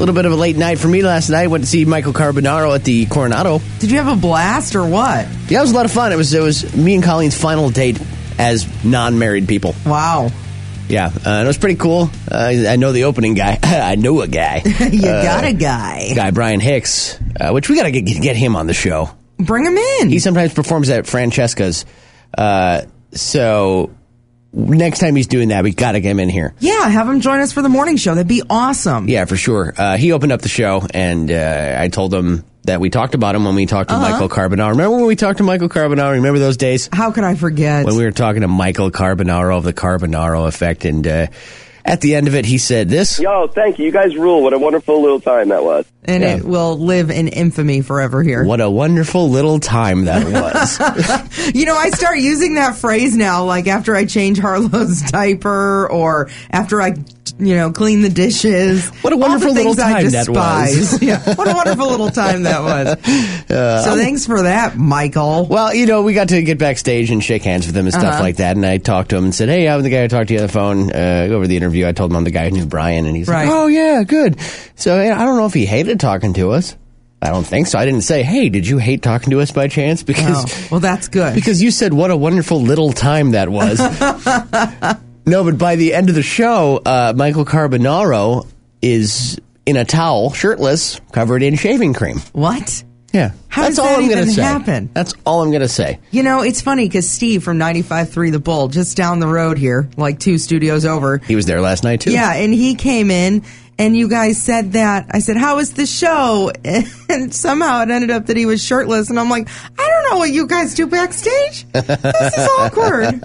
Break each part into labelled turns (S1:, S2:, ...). S1: little bit of a late night for me last night. Went to see Michael Carbonaro at the Coronado.
S2: Did you have a blast or what?
S1: Yeah, it was a lot of fun. It was it was me and Colleen's final date as non-married people.
S2: Wow.
S1: Yeah, uh, and it was pretty cool. Uh, I I know the opening guy. I know a guy.
S2: You
S1: Uh,
S2: got a guy.
S1: guy Brian Hicks, uh, which we got to get get him on the show.
S2: Bring him in.
S1: He sometimes performs at Francesca's. Uh, so next time he's doing that, we got to get him in here.
S2: yeah, have him join us for the morning show. That'd be awesome.
S1: Yeah, for sure. Uh, he opened up the show, and uh, I told him that we talked about him when we talked to Michael Carbonaro. Remember when we talked to Michael Carbonaro? Remember those days
S2: How could I forget?
S1: when we were talking to Michael Carbonaro of the Carbonaro Effect? And uh, at the end of it, he said this.
S3: Yo, thank you. You guys rule. What a wonderful little time that was.
S2: and
S1: Yeah.
S2: it will live in infamy forever here.
S1: What a wonderful little time that was.
S2: You know, I start using that phrase now, like after I change Harlow's diaper or after I, you know, clean the dishes.
S1: What a
S2: All the
S1: wonderful
S2: things
S1: little
S2: I
S1: time that was.
S2: despise. yeah, what a wonderful little time that was.
S1: Uh,
S2: so thanks for that, Michael.
S1: well, you know, we got to get backstage and shake hands with him and stuff
S2: Uh-huh.
S1: like that. And I talked to him and said, "Hey, I'm the guy I talked to you on the phone uh, over the interview." I told him I'm the guy who knew Brian, and he's
S2: Right.
S1: like, "Oh yeah, good." So hey, I don't know if he hated talking to us. I don't think so. I didn't say, "Hey, did you hate talking to us by chance?" Because
S2: Oh, well, that's good.
S1: because you said what a wonderful little time that was. no, but by the end of the show, uh, Michael Carbonaro is in a towel, shirtless, covered in shaving cream.
S2: what?
S1: Yeah,
S2: How
S1: that's
S2: does
S1: all
S2: that
S1: I'm gonna
S2: even
S1: say.
S2: happen?
S1: That's all I'm gonna say.
S2: You know, it's funny because Steve from 95.3 The Bull, just down the road here, like two studios over,
S1: He was there last night too.
S2: Yeah, and he came in and you guys said that. I said, "How was the show?" And somehow it ended up that he was shirtless and I'm like, "I don't know what you guys do backstage. This is awkward."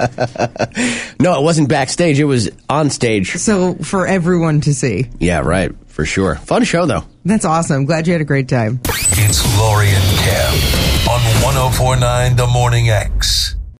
S1: No, it wasn't backstage. It was on stage.
S2: so for everyone to see.
S1: Yeah, right. For sure. Fun show though.
S2: That's awesome. Glad you had a great time.
S4: oh It's Lori and Cam on 1049 The Morning X.